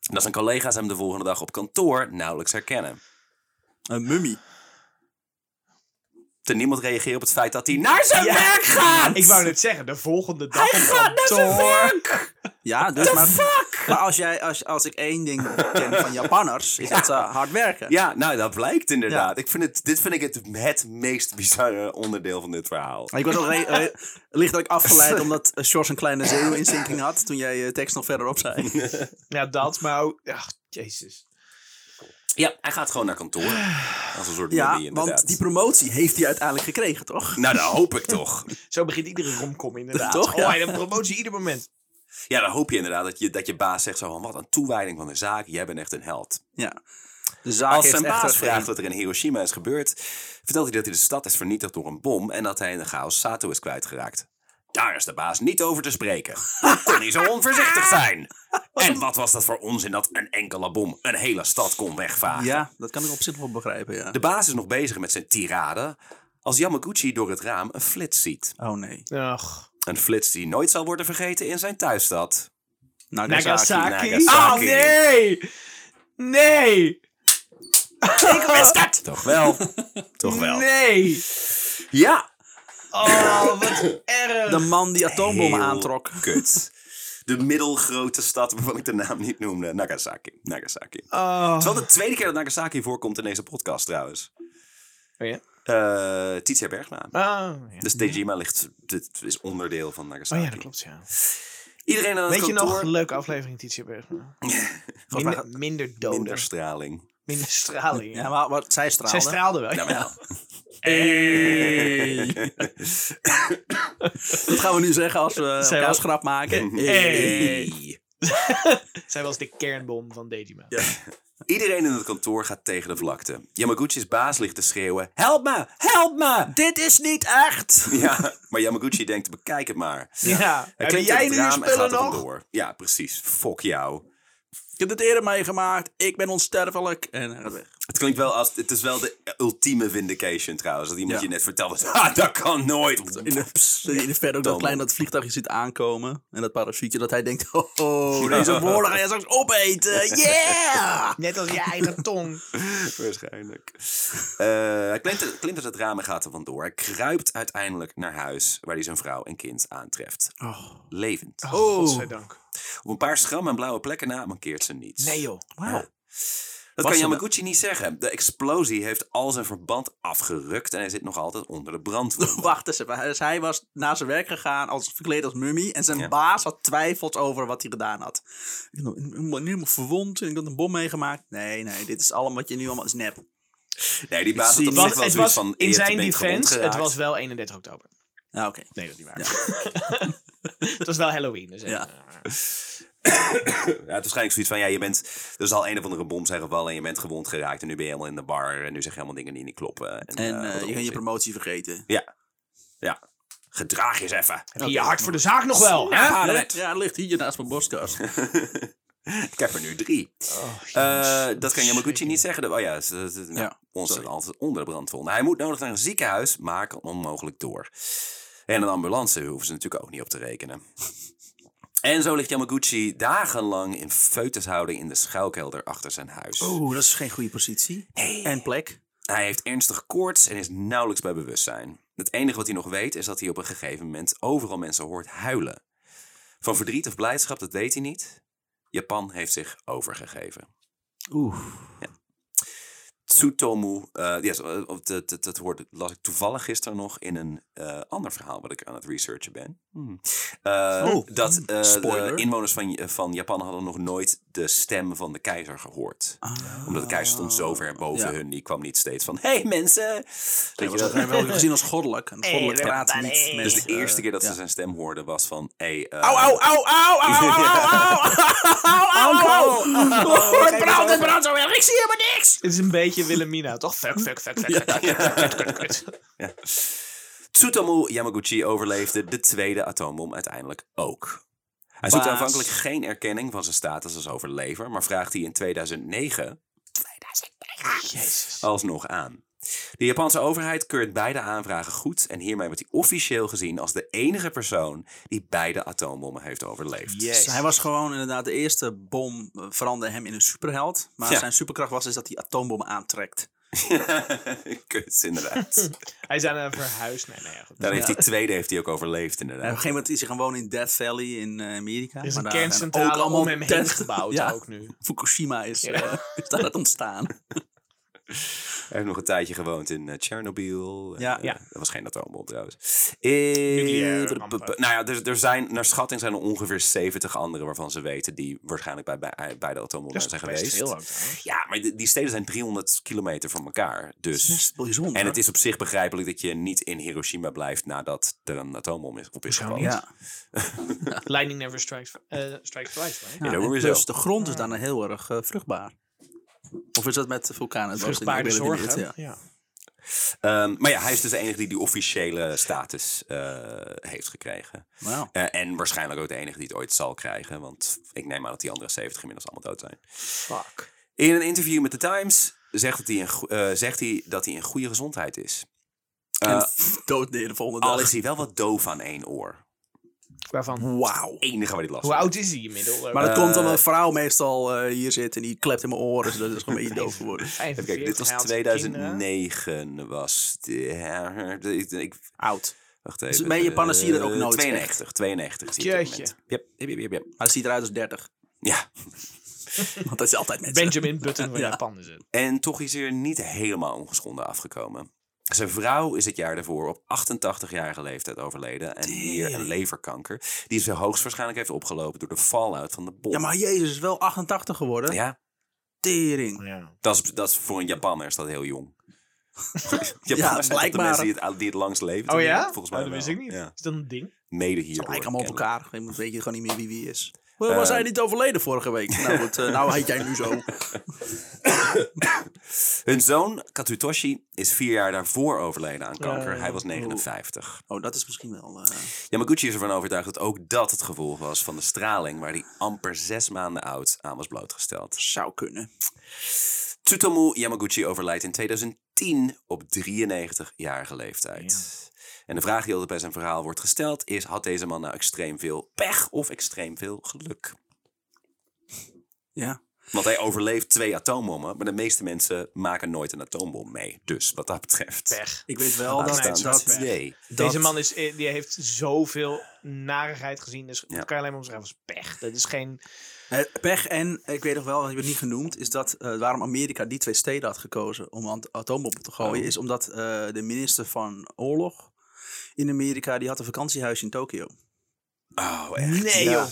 dat zijn collega's hem de volgende dag op kantoor nauwelijks herkennen.
Een mummie.
Ten niemand reageert op het feit dat hij naar zijn
Ja.
werk gaat!
Ik wou net zeggen, de volgende dag op kantoor.
Ja, dus maar, maar als, jij, als, als ik één ding ken van Japanners, is dat ze hard werken.
Ja, nou, dat blijkt inderdaad. Ik vind het, dit vind ik het, het meest bizarre onderdeel van dit verhaal.
Ik was al re- re- lichtelijk afgeleid omdat eh, Sjors een kleine zero-inzinking had toen jij je tekst nog verder op zei.
Ja, dat, maar ook... Ach, jezus.
Ja, hij gaat gewoon naar kantoor. Als een soort
Ja,
mummie, inderdaad.
want die promotie heeft hij uiteindelijk gekregen, toch?
Nou, dat hoop ik toch.
Zo begint iedere romcom inderdaad.
Toch, ja.
Oh, en een promotie ieder moment.
Ja, dan hoop je inderdaad dat je, dat je baas zegt zo van... Wat een toewijding van de zaak. Jij bent echt een held.
Ja. De zaak
Als
heeft
zijn
echt eh,
baas
een-
vraagt wat er in Hiroshima is gebeurd... vertelt hij dat hij de stad is vernietigd door een bom... en dat hij in de chaos Sato is kwijtgeraakt. Daar is de baas niet over te spreken. Hoe kon hij zo onvoorzichtig zijn? En wat was dat voor onzin dat een enkele bom een hele stad kon wegvagen?
Ja, dat kan ik op zich wel begrijpen, ja.
De baas is nog bezig met zijn tirade... als Yamaguchi door het raam een flits ziet.
Oh nee.
Ach.
Een flits die nooit zal worden vergeten in zijn thuisstad.
Nagasaki.
Nagasaki?
Nagasaki.
Oh, nee! Nee!
Is dat? Toch wel. Toch wel.
Nee!
Ja.
Oh, wat erg.
De man die atoombommen
Heel
aantrok.
Kut. De middelgrote stad waarvan ik de naam niet noemde. Nagasaki. Nagasaki. Het
Oh.
is wel de tweede keer dat Nagasaki voorkomt in deze podcast trouwens.
Oh, ja?
Eh Titia Bergma.
Ah, ja.
Dus Dejima ligt, dit is onderdeel van
Oh
Nagasaki.
ja, dat klopt, ja.
Iedereen aan het
Weet je
kantoor.
nog, leuke aflevering, Tietje Bergman. Minder, minder doden.
Minder
Minder,
straling.
straling.
Ja, maar wat, zij straalde.
Zij straalde wel.
Nou,
Ja.
wel.
Dat gaan we nu zeggen als we
Zij
elkaar
was-
schrap maken.
Hey.
Zij was de kernbom van Dejima.
Iedereen in het kantoor gaat tegen de vlakte. Yamaguchi's baas ligt te schreeuwen: Help me! Help me!
Dit is niet echt!
Ja, maar Yamaguchi denkt, bekijk het maar.
Ja. Heb
klimt
jij
in
nu
het
je
raam en gaat
spullen
er
nog?
Door. Ja, precies. Fuck jou.
Ik heb dit eerder meegemaakt. Ik ben onsterfelijk. En hij gaat weg.
Het klinkt wel als... Het is wel de ultieme vindication trouwens. Dat iemand
Ja.
je net vertelt. Ha, dat kan nooit.
In de, in de verder ook dat klein dat vliegtuigje ziet aankomen. En dat parachutje dat hij denkt... Oh, oh, deze woorden ga je straks opeten. Yeah!
Net als je eigen tong.
Waarschijnlijk. Eh, hij klimt, klimt uit het raam en gaat er vandoor. Hij kruipt uiteindelijk naar huis, waar hij zijn vrouw en kind aantreft. Levend.
Oh. Godzijdank.
Op een paar schramme en blauwe plekken na mankeert ze niets.
Nee joh.
Wauw.
Dat
Was
kan
er-
Yamaguchi niet zeggen. De explosie heeft al zijn verband afgerukt en hij zit nog altijd onder de brandwonden.
Wacht eens even. Dus hij was naar zijn werk gegaan als verkleed als mummie. En zijn
Ja.
baas had twijfels over wat hij gedaan had. Ik ben nu helemaal verwond en ik had een bom meegemaakt. Nee, nee, dit is allemaal wat je nu allemaal is nep.
Nee, die baas
zie
had op
niet.
zich
Het
wel zoiets
het was
van...
in
eer te
zijn
been gewond
defense, het
geraakt.
was wel 31 oktober.
Ja, oké.
Nee, dat is niet waar.
Het was wel Halloween. Dus eh,
Ja.
Ja, het is waarschijnlijk zoiets van, ja, je bent... Er zal een of andere bom zijn gevallen en je bent gewond geraakt. En nu ben je helemaal in de bar en nu zeg je helemaal dingen die niet kloppen. En,
En
eh,
eh,
wat
je kan je
onzin.
promotie vergeten.
Ja. Ja. Gedraag je eens even.
heb je je hart voor de zaak nog wel. hè?
Ja,
Ja, ja, het ligt hier naast mijn borstkast.
Ik heb er nu drie.
Oh, jezus.
Eh, dat kan Yamaguchi niet zeggen. Dat- Oh ja, ze- ze- nou,
Ja,
ons
sorry.
zit altijd onder de brandwonden. Hij moet nodig naar een ziekenhuis, maar kan onmogelijk door. En een ambulance hoeven ze natuurlijk ook niet op te rekenen. En zo ligt Yamaguchi dagenlang in feutushouding in de schuilkelder achter zijn huis.
Oeh, dat is geen goede positie. En plek.
Hij heeft ernstig koorts en is nauwelijks bij bewustzijn. Het enige wat hij nog weet is dat hij op een gegeven moment overal mensen hoort huilen. Van verdriet of blijdschap, dat weet hij niet. Japan heeft zich overgegeven.
Oeh.
Tsutomu, eh yes, eh, of dat, dat, dat hoorde, las ik toevallig gisteren nog in een eh, ander verhaal wat ik aan het researchen ben. Eh,
Oh,
dat eh, de
spoiler.
inwoners van, van Japan hadden nog nooit de stem van de keizer gehoord. Omdat de keizer stond zo ver boven
Ah. Ja.
hun, die kwam niet steeds van, hey mensen! Weet je
Dat
wel?
hebben we wel gezien als goddelijk. En goddelijk
Hey,
praat
Rabban,
niet
hey.
met...
Dus de
eh,
eerste keer dat ze
ja.
zijn stem hoorden was van, hey, eh,
Au, au, au, au, au, au, au, au, au, au, au. Het brandt, het brandt zo erg. Ik zie helemaal niks.
Het is een beetje Willemina, toch? Fuck, fuck, fuck, fuck, fuck, fuck, fuck, fuck, fuck.
Tsutomu Yamaguchi overleefde de tweede atoombom uiteindelijk ook. Hij zoekt
Baas.
aanvankelijk geen erkenning van zijn status als overlever, maar vraagt hij in 2009
Jezus.
alsnog aan. De Japanse overheid keurt beide aanvragen goed en hiermee wordt hij officieel gezien als de enige persoon die beide atoombommen heeft overleefd.
Jezus.
Dus hij was gewoon inderdaad de eerste bom eh, veranderde hem in een superheld. Maar
Ja.
zijn superkracht was is dat hij atoombommen aantrekt.
Kut, inderdaad.
Hij is aan een verhuis. Nee, nee, ja, goed.
Dan heeft die tweede heeft hij ook overleefd,
En op een
inderdaad.
gegeven moment is hij gaan wonen in Death Valley in eh, Amerika.
Er is een
daar zijn ook
kerncentrale
allemaal
om hem heen
tent-
gebouwd
Ja,
ook nu.
Fukushima is,
Ja.
eh, is daar het ontstaan.
Hij heeft nog een tijdje gewoond in eh, Tsjernobyl. En,
Ja.
eh,
Ja.
Dat was geen atoombom trouwens.
Nucleaire
Eh,
rampen.
b- b- nou ja, er, er zijn, naar schatting zijn er ongeveer 70 anderen waarvan ze weten die waarschijnlijk bij, bij, bij de atoombom
Dat is
zijn
best
geweest.
veel ook. trouwens.
Ja, maar die, die steden zijn 300 kilometer van elkaar. Dus.
Best bijzonder.
En het is op zich begrijpelijk dat je niet in Hiroshima blijft nadat er een atoombom is, op is
Hoezo
gevallen.
niet?
ja.
Lightning never strikes, eh, strikes twice. right?
Ja,
dat
Nou, en
hoor je
plus
zo.
de grond is daarna heel erg eh, vruchtbaar. Of is dat met vulkanen?
Vruchtbare zorgen.
Ja.
Ja.
Ehm, maar ja, hij is dus de enige die die officiële status eh, heeft gekregen.
Wauw.
Eh, en waarschijnlijk ook de enige die het ooit zal krijgen. Want ik neem aan dat die andere 70 inmiddels allemaal dood zijn.
Fuck.
In een interview met The Times zegt, dat hij, in go- eh, zegt hij dat hij in goede gezondheid is. Eh,
En dood de volgende
Al
dag.
is hij wel wat doof aan één oor.
Waarvan?
Wauw.
Enige waar hij last
Hoe
van heeft.
oud is hij inmiddels?
Hm. Maar
Eh,
dat komt omdat een vrouw meestal eh, hier zit en die klept in mijn oren, zodat het gewoon een beetje doof geworden.
Eh,
Even kijken, dit
45, hij
was
had kinderen.
2009 was... het. Ja, ik, ik,
Oud.
wacht even.
bij Japannen zie je dat ook
Eh,
nooit echt.
92, 92 zie je op dit
Jeetje.
moment. Yep, yep, yep, yep, yep.
Maar het ziet eruit als 30.
Ja,
Want dat is altijd mensen.
Benjamin Button van
Ja.
Japan is het.
en toch is hij er niet helemaal ongeschonden afgekomen. Zijn vrouw is het jaar daarvoor op 88-jarige leeftijd overleden. En hier een leverkanker. Die ze hoogstwaarschijnlijk heeft opgelopen door de fallout van de bom.
Ja, maar Jezus is wel 88 geworden.
ja
Tering.
Ja.
Dat is, dat is voor een Japanner is dat heel jong. Japanners zijn toch de
blijkbaar.
mensen die het, die het langst leven.
Oh ja?
Volgens
Oh,
mij
dat wist
wel.
ik niet.
Ja.
Is dat een ding?
Mede hier.
Ze lijken allemaal op elkaar. Op een gegeven moment weet je gewoon niet meer wie wie is.
Eh.
Wel, was hij niet overleden vorige week? Nou goed, eh, nou heet jij nu zo.
Hun zoon, Katutoshi, is vier jaar daarvoor overleden aan kanker. Hij was 59.
Oh, dat is misschien wel... eh,
Yamaguchi is ervan overtuigd dat ook dat het gevolg was van de straling... waar hij amper zes maanden oud aan was blootgesteld.
zou kunnen.
Tsutomu Yamaguchi overlijdt in 2010 op 93-jarige leeftijd. En de vraag die altijd bij zijn verhaal wordt gesteld is... had deze man nou extreem veel pech of extreem veel geluk?
Ja.
Want hij overleeft twee atoombommen. Maar de meeste mensen maken nooit een atoombom mee. Dus wat dat betreft.
Pech.
Ik weet wel
laat
dat...
staan
dat,
dat
dat-
idee.
Deze man is, eh, die heeft zoveel narigheid gezien. Dus
Ja.
dat kan je alleen maar omschrijven als pech. Dat is geen...
Eh, pech en, ik weet nog wel, want je bent niet genoemd, is dat eh, waarom Amerika die twee steden had gekozen om aan atoombommen te gooien,
Oh.
is omdat eh, de minister van Oorlog in Amerika, die had een vakantiehuis in Tokio.
Oh, echt?
Nee,
Ja.
joh.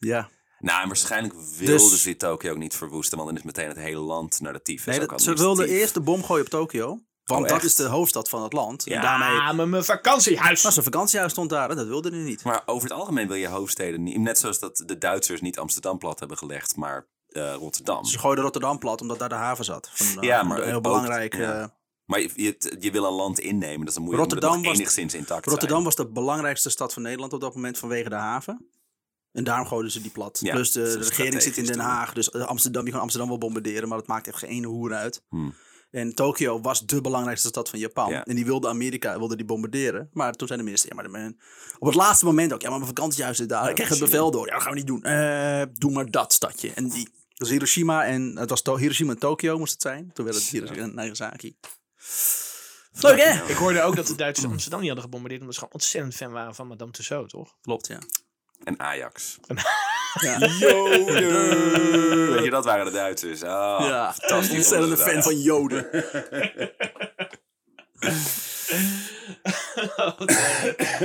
Ja,
Nou, en waarschijnlijk wilden
Dus-
ze dit Tokio ook niet verwoesten. Want dan is meteen het hele land naar de tyfus.
nee,
ook
dat, ze wilden
administratief.
eerst de bom gooien op Tokio, want
Oh,
dat
echt?
is de hoofdstad van het land.
Ja.
En daarmee
Ah, maar mijn vakantiehuis.
Maar zijn vakantiehuis stond daar, hè, dat wilde hij niet.
Maar over het algemeen wil je hoofdsteden niet. Net zoals dat de Duitsers niet Amsterdam plat hebben gelegd, maar eh, Rotterdam.
Ze gooiden Rotterdam plat, omdat daar de haven zat. Van, eh,
Ja, maar
een heel
ook-
belangrijk.
ja.
eh,
Maar je, je, je wil een land innemen, dus dan moet je moet het
Rotterdam
nog
was-
enigszins intact
Rotterdam was de belangrijkste stad van Nederland op dat moment vanwege de haven. En daarom gooiden ze die plat.
Ja,
Plus de,
dat is
de regering zit in
strategisch
Den
toen.
Haag. Dus eh, Amsterdam, je kan Amsterdam wel bombarderen, maar dat maakt echt geen ene hoer uit.
Hmm.
En Tokio was de belangrijkste stad van Japan.
Ja.
En die wilde Amerika wilde die bombarderen. Maar toen zei de minister, ja, maar de men- op het laatste moment ook. Ja, maar mijn vakantiehuis zit daar. ik kreeg het
precies.
bevel door. Ja, dat gaan we niet doen. Eh, doe maar dat stadje. En die, dat is Hiroshima en, het was To- Hiroshima en Tokio moest het zijn. Toen werd het Hiroshima en Nagasaki. Leuk hè?
Ik hoorde ook dat de Duitsers Amsterdam niet hadden gebombardeerd. Omdat ze gewoon ontzettend fan waren van Madame Tussauds, toch?
Klopt, ja.
En Ajax.
Ja.
Joden! Weet je, dat waren de Duitsers. Ah,
ja,
fantastisch.
Ontzettende fan van Joden.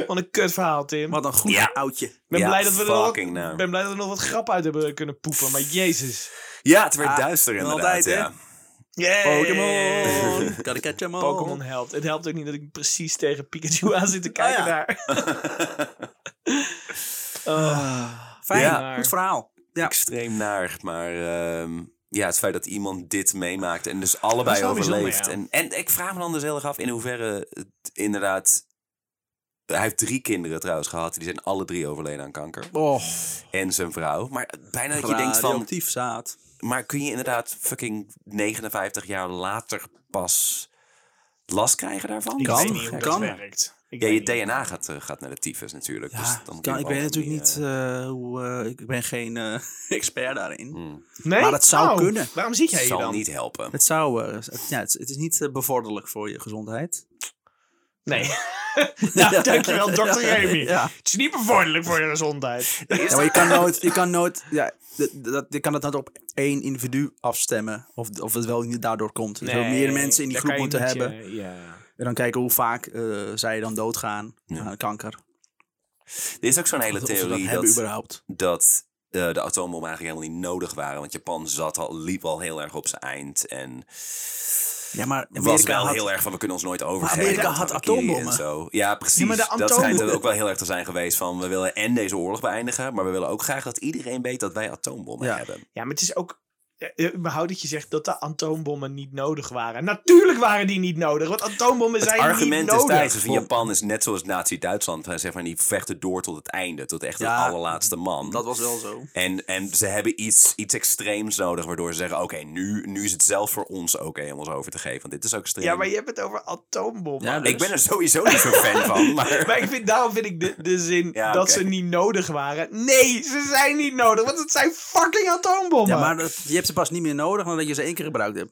Wat een kut verhaal, Tim.
Wat een goed
Ja.
oudje.
Ik ben,
Ja,
blij dat we er nog,
fucking nou.
ik ben blij dat we er nog wat grap uit hebben kunnen poepen. Maar jezus.
Ja, het werd
Ah,
duister inderdaad.
altijd, hè?
ja.
Pokémon. Gotta catch 'em all.
Pokémon helpt. Het helpt ook niet dat ik precies tegen Pikachu aan zit te kijken
Ah, ja.
daar. Ah.
Fijn,
Ja.
goed verhaal. Ja.
Extreem naar, maar... ehm, ja, het feit dat iemand dit meemaakt en dus allebei
Dat is wel bijzonder,
overleeft.
ja.
En, en ik vraag me dan dus heel erg af in hoeverre het inderdaad... Hij heeft drie kinderen trouwens gehad. Die zijn alle drie overleden aan kanker.
Oh,
en zijn vrouw. Maar bijna dat je denkt van,
radioactief zaad.
maar kun je inderdaad fucking 59 jaar later pas last krijgen daarvan?
Ik
Kan,
weet niet hoe
kan.
dat werkt. Ik
Ja,
weet
je
niet.
DNA gaat, eh, gaat naar de tyfus natuurlijk. dus
Ja,
dan kun je
kan-
op
ik weet
andere
natuurlijk niet
manieren-
eh, hoe. eh, ik ben geen eh, expert daarin.
Hmm.
Nee?
Maar dat zou
Oh,
kunnen.
Waarom zit jij eh, hier
zal
dan?
niet helpen.
Het zou. eh, het- ja, het, het is niet eh, bevorderlijk voor je gezondheid.
Nee. nou, dankjewel, dokter Remy.
Ja.
Het is niet bevorderlijk voor je gezondheid.
Ja, maar je kan nooit. Je kan, nooit ja, d- d- dat, je kan het nooit op één individu afstemmen. Of, of het wel niet daardoor komt. Je zou meer mensen in die
daar
groep
kan je
moeten
niet,
hebben.
eh, ja.
En dan kijken hoe vaak eh, zij dan doodgaan
Ja.
aan kanker.
Er is ook zo'n hele
Of ze dat
theorie dat,
hebben
dat,
überhaupt.
eh, de atoombom eigenlijk helemaal niet nodig waren. Want Japan zat al, liep al heel erg op zijn eind. En
Ja, maar
was
Amerika
wel
had,
heel erg van we kunnen ons nooit overgeven.
Amerika
aan
had
Harakiri
atoombommen.
En zo. Ja, precies.
Ja, maar de
dat schijnt
atoombommen-
ook wel heel erg te zijn geweest van we willen en deze oorlog beëindigen, maar we willen ook graag dat iedereen weet dat wij atoombommen
Ja.
hebben.
Ja, maar het is ook. eh, Überhaupt dat je zegt dat de atoombommen niet nodig waren. Natuurlijk waren die niet nodig, want atoombommen
Het
zijn niet
argument
nodig.
destijds van Japan is net zoals Nazi-Duitsland. eh, Zeg maar, die vechten door tot het einde, tot echt
Ja,
de allerlaatste man.
Dat was wel zo.
En, en ze hebben iets, iets extreems nodig, waardoor ze zeggen: Oké, nu, nu is het zelf voor ons oké om ons over te geven. Want dit is ook extreem.
Ja, maar je hebt het over atoombommen.
Ja,
Ik ben er sowieso niet zo'n fan van. Maar,
Maar ik vind, daarom vind ik de, de zin
Ja,
dat
oké.
ze niet nodig waren. Nee, ze zijn niet nodig, want het zijn fucking atoombommen.
Ja, maar dat- je hebt ze pas niet meer nodig nadat je ze één keer gebruikt hebt.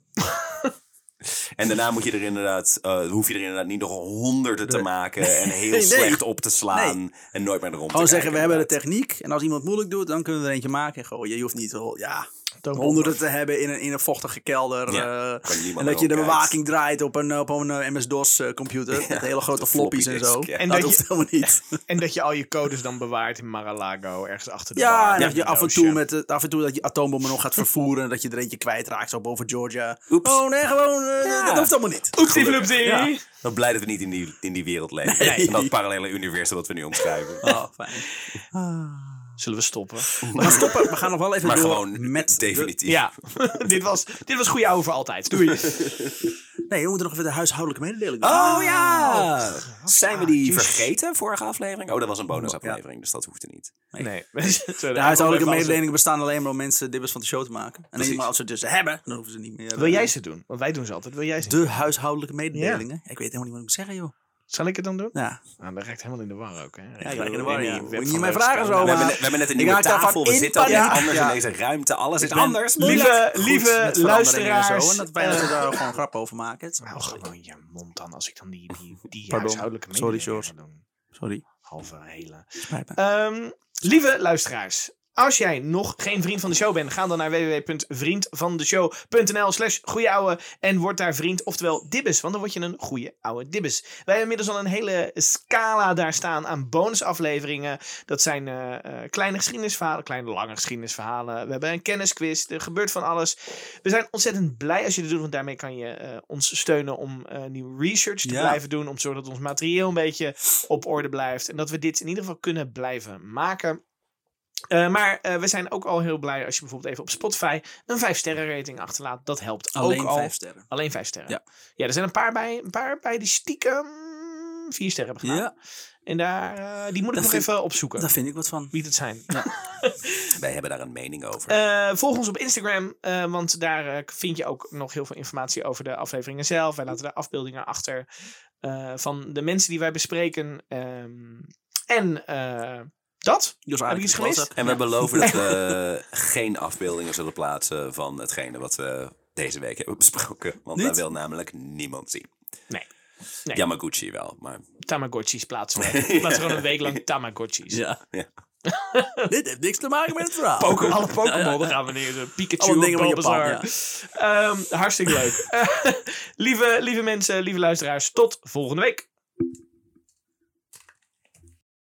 En daarna moet je er inderdaad, eh, hoef je er inderdaad niet nog honderden te
Nee.
maken. En heel
Nee.
slecht op te slaan. En nooit meer erom
Gewoon
te
zeggen, we
kijken,
hebben de techniek. En als iemand moeilijk doet, dan kunnen we er eentje maken. En gooien. Je hoeft niet wel, ja,
Atoombommen.
honderden te hebben in een, in een vochtige kelder.
Ja,
eh,
kan niemand
en dat je de
erop
bewaking draait op een, op een eh, MS-DOS eh, computer. met hele grote
de
floppies en
floppy
zo.
disk, ja.
En
En
dat,
dat
hoeft
je-
helemaal niet.
En dat je al je codes dan bewaart in Mar-a-Lago, ergens achter de bar. oh,
Ja, en
in
dat je
een
Oh,
af en,
doosje.
toe met, het- af en toe dat je atoombommen nog gaat vervoeren. en dat je er eentje kwijtraakt, zo boven Georgia.
Oeps.
Oh nee, gewoon, eh,
Ja.
dat hoeft allemaal niet.
Oepsie
Gelukkig.
floepsie.
Ja.
Ik ben blij dat we niet in die, in die wereld leven.
Nee.
In dat parallele universum wat we nu omschrijven.
Oh, fijn.
Zullen we stoppen?
We gaan stoppen. We gaan nog wel even
Maar
door
gewoon
met de-
definitief.
Ja, dit was, dit was goede ouwe voor altijd. Doei.
Nee, we moeten nog even de huishoudelijke Ah. mededeling doen.
Oh ja! Zijn we die
jezus.
vergeten, vorige aflevering? Oh, dat was een bonusaflevering, dus dat hoefde niet.
Oh,
Nee.
De huishoudelijke mededelingen bestaan alleen maar om mensen dibbers van de show te maken. En
Precies.
eenmaal als ze het dus hebben, dan hoeven ze niet meer. eh,
Wil jij ze doen? Want wij doen ze altijd. Wil jij ze
De huishoudelijke mededelingen? Ik weet helemaal niet wat ik moet zeggen, joh.
Zal ik het dan doen?
Ja,
Nou, dat raakt helemaal in de war ook. Hè?
ja je raakt in de war, ja.
Web
Moet je
van
niet mij
Leusden.
vragen zo,
we, hebben,
maar...
net- we hebben net een
Ik
nieuwe
raak daarvan
tafel. We
in
zitten ook net
paniek.
anders
Ja.
in deze ruimte. Alles is
ben
anders.
goed
Lieve,
met
lieve
veranderingen
luisteraars.
En, zo, en dat wij
eh,
er daar gewoon grap over maken. Het-
Nou, Hou gewoon je mond dan, als ik dan die, die, die
Pardon.
huishoudelijke
Sorry,
mededelingen
George.
ga doen.
Sorry, Eh,
Halve hele.
spijt me.
ehm,
Lieve luisteraars, als jij nog geen vriend van de show bent, ga dan naar www.vriendvandeshow.nl slash goeie ouwe en word daar vriend, oftewel dibbes, want dan word je een goeie ouwe dibbes. Wij hebben inmiddels al een hele scala daar staan aan bonusafleveringen. Dat zijn eh, eh, kleine geschiedenisverhalen, kleine lange geschiedenisverhalen. We hebben een kennisquiz, er gebeurt van alles. We zijn ontzettend blij als je dit doet, want daarmee kan je eh, ons steunen om eh, nieuwe research te
Ja.
blijven doen, om te zorgen dat ons materieel een beetje op orde blijft. En dat we dit in ieder geval kunnen blijven maken. Eh, maar eh, we zijn ook al heel blij als je bijvoorbeeld even op Spotify een 5-sterren rating achterlaat. Dat helpt
Alleen
ook al.
vijf sterren.
Alleen 5 sterren. Ja.
Ja.
er zijn een paar bij, een paar bij die stiekem 4 sterren hebben gedaan.
Ja,
En daar, eh, die moet ik
Dat
nog
vind-
even opzoeken.
daar vind Nou, ik wat van.
Wie het zijn.
Wij hebben daar een mening over.
Eh, volg ons op Instagram, eh, want daar eh, vind je ook nog heel veel informatie over de afleveringen zelf. Wij laten daar afbeeldingen achter eh, van de mensen die wij bespreken. Ehm, en eh, dat.
Dus
Heb ik iets gemist?
en we beloven dat we geen afbeeldingen zullen plaatsen van hetgene wat we deze week hebben besproken. Want
Niet?
dat wil namelijk niemand zien.
Nee. Nee.
Yamaguchi wel, maar...
Tamagotchis plaatsen we. Plaatsen gewoon een week lang Tamagotchis.
Ja.
Ja.
Dit heeft niks te maken met het verhaal.
Pokémon. Alle Pokémon dan gaan we neer. de Pikachu,
Alle
Alle
dingen van Japan,
Ehm, hartstikke leuk. Eh, lieve, lieve mensen, lieve luisteraars. Tot volgende week.